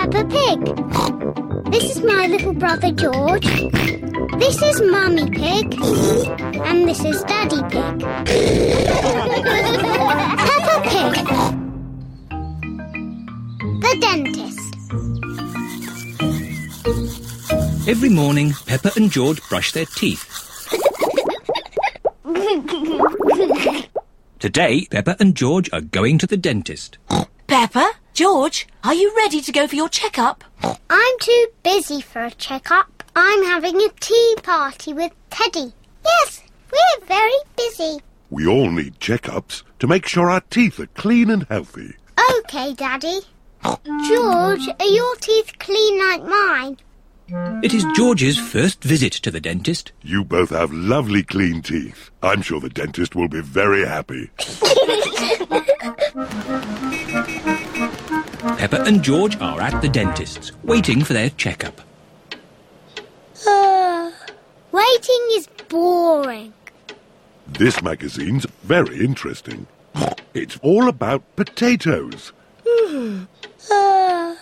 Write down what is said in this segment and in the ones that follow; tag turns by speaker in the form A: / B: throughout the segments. A: Pig. This is my little brother George. This is Mummy Pig. And this is Daddy Pig. Peppa Pig. The dentist.
B: Every morning, Pepper and George brush their teeth. Today, Pepper and George are going to the dentist.
C: Pepper, George, are you ready to go for your checkup?
A: I'm too busy for a checkup. I'm having a tea party with Teddy. Yes, we're very busy.
D: We all need checkups to make sure our teeth are clean and healthy.
A: Okay, Daddy. George, are your teeth clean like mine?
B: It is George's first visit to the dentist.
D: You both have lovely clean teeth. I'm sure the dentist will be very happy.
B: Pepper and George are at the dentist's, waiting for their checkup.
A: Uh, Waiting is boring.
D: This magazine's very interesting. It's all about potatoes.
A: Uh,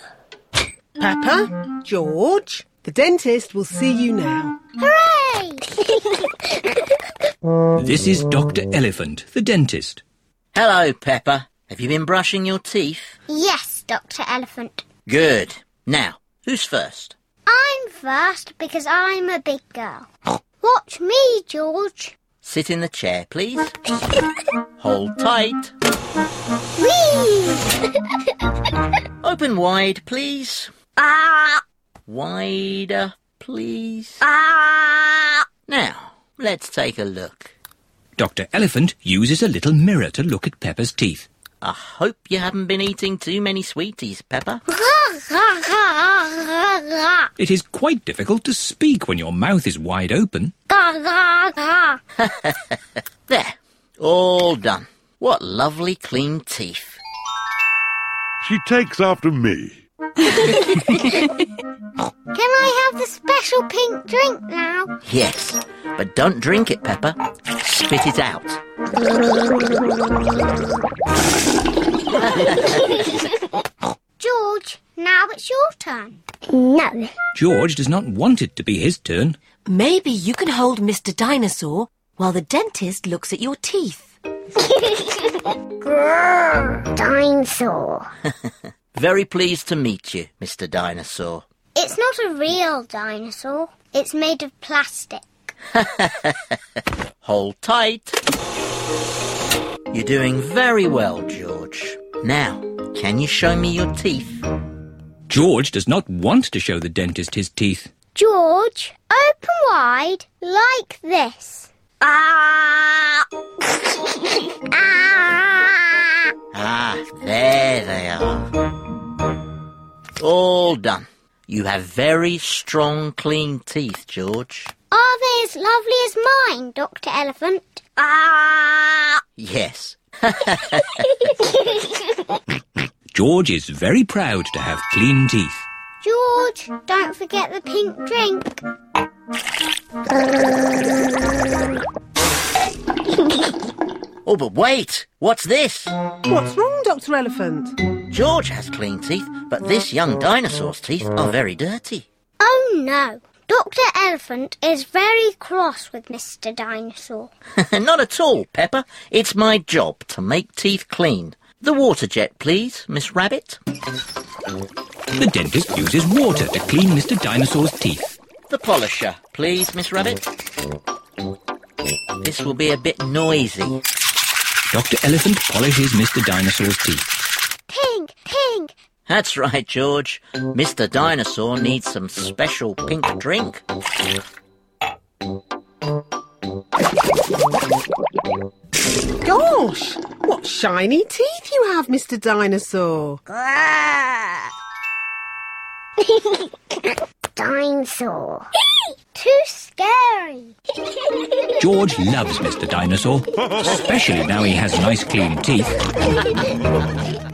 E: Pepper, George, the dentist will see you now.
A: Hooray!
B: This is Dr. Elephant, the dentist.
F: Hello, Pepper. Have you been brushing your teeth?
A: yes, Dr. Elephant.
F: Good. Now, who's first?
A: I'm first because I'm a big girl. Watch me, George.
F: Sit in the chair, please. Hold tight.
A: Whee!
F: Open wide, please.
A: Ah!
F: Wider, please.
A: Ah!
F: Now, let's take a look.
B: Dr. Elephant uses a little mirror to look at Pepper's teeth.
F: I hope you haven't been eating too many sweeties, Pepper.
B: It is quite difficult to speak when your mouth is wide open.
F: There. All done. What lovely clean teeth.
D: She takes after me.
A: Can I have the special pink drink now?
F: Yes. But don't drink it, Pepper. Spit it out.
A: George, now it's your turn. No.
B: George does not want it to be his turn.
C: Maybe you can hold Mr. Dinosaur while the dentist looks at your teeth.
A: Dinosaur.
F: Very pleased to meet you, Mr. Dinosaur.
A: It's not a real dinosaur. It's made of plastic.
F: Hold tight. You're doing very well, George. Now, can you show me your teeth?
B: George does not want to show the dentist his teeth.
A: George, open wide like this. Ah! ah!
F: Ah, there they are. All done. You have very strong, clean teeth, George.
A: Are they as lovely as mine, Dr. Elephant? Ah!
F: Yes.
B: George is very proud to have clean teeth.
A: George, don't forget the pink drink.
F: Oh, but wait! What's this?
E: What's wrong, Dr. Elephant?
F: George has clean teeth, but this young dinosaur's teeth are very dirty.
A: Oh no! Dr. Elephant is very cross with Mr. Dinosaur.
F: Not at all, Pepper. It's my job to make teeth clean. The water jet, please, Miss Rabbit.
B: The dentist uses water to clean Mr. Dinosaur's teeth.
F: The polisher, please, Miss Rabbit. This will be a bit noisy.
B: Dr. Elephant polishes Mr. Dinosaur's teeth.
A: Pink, pink,
F: That's right, George. Mr. Dinosaur needs some special pink drink.
E: Gosh, what shiny teeth you have, Mr. Dinosaur.
A: dinosaur. Too scary.
B: George loves Mr. Dinosaur, especially now he has nice clean teeth.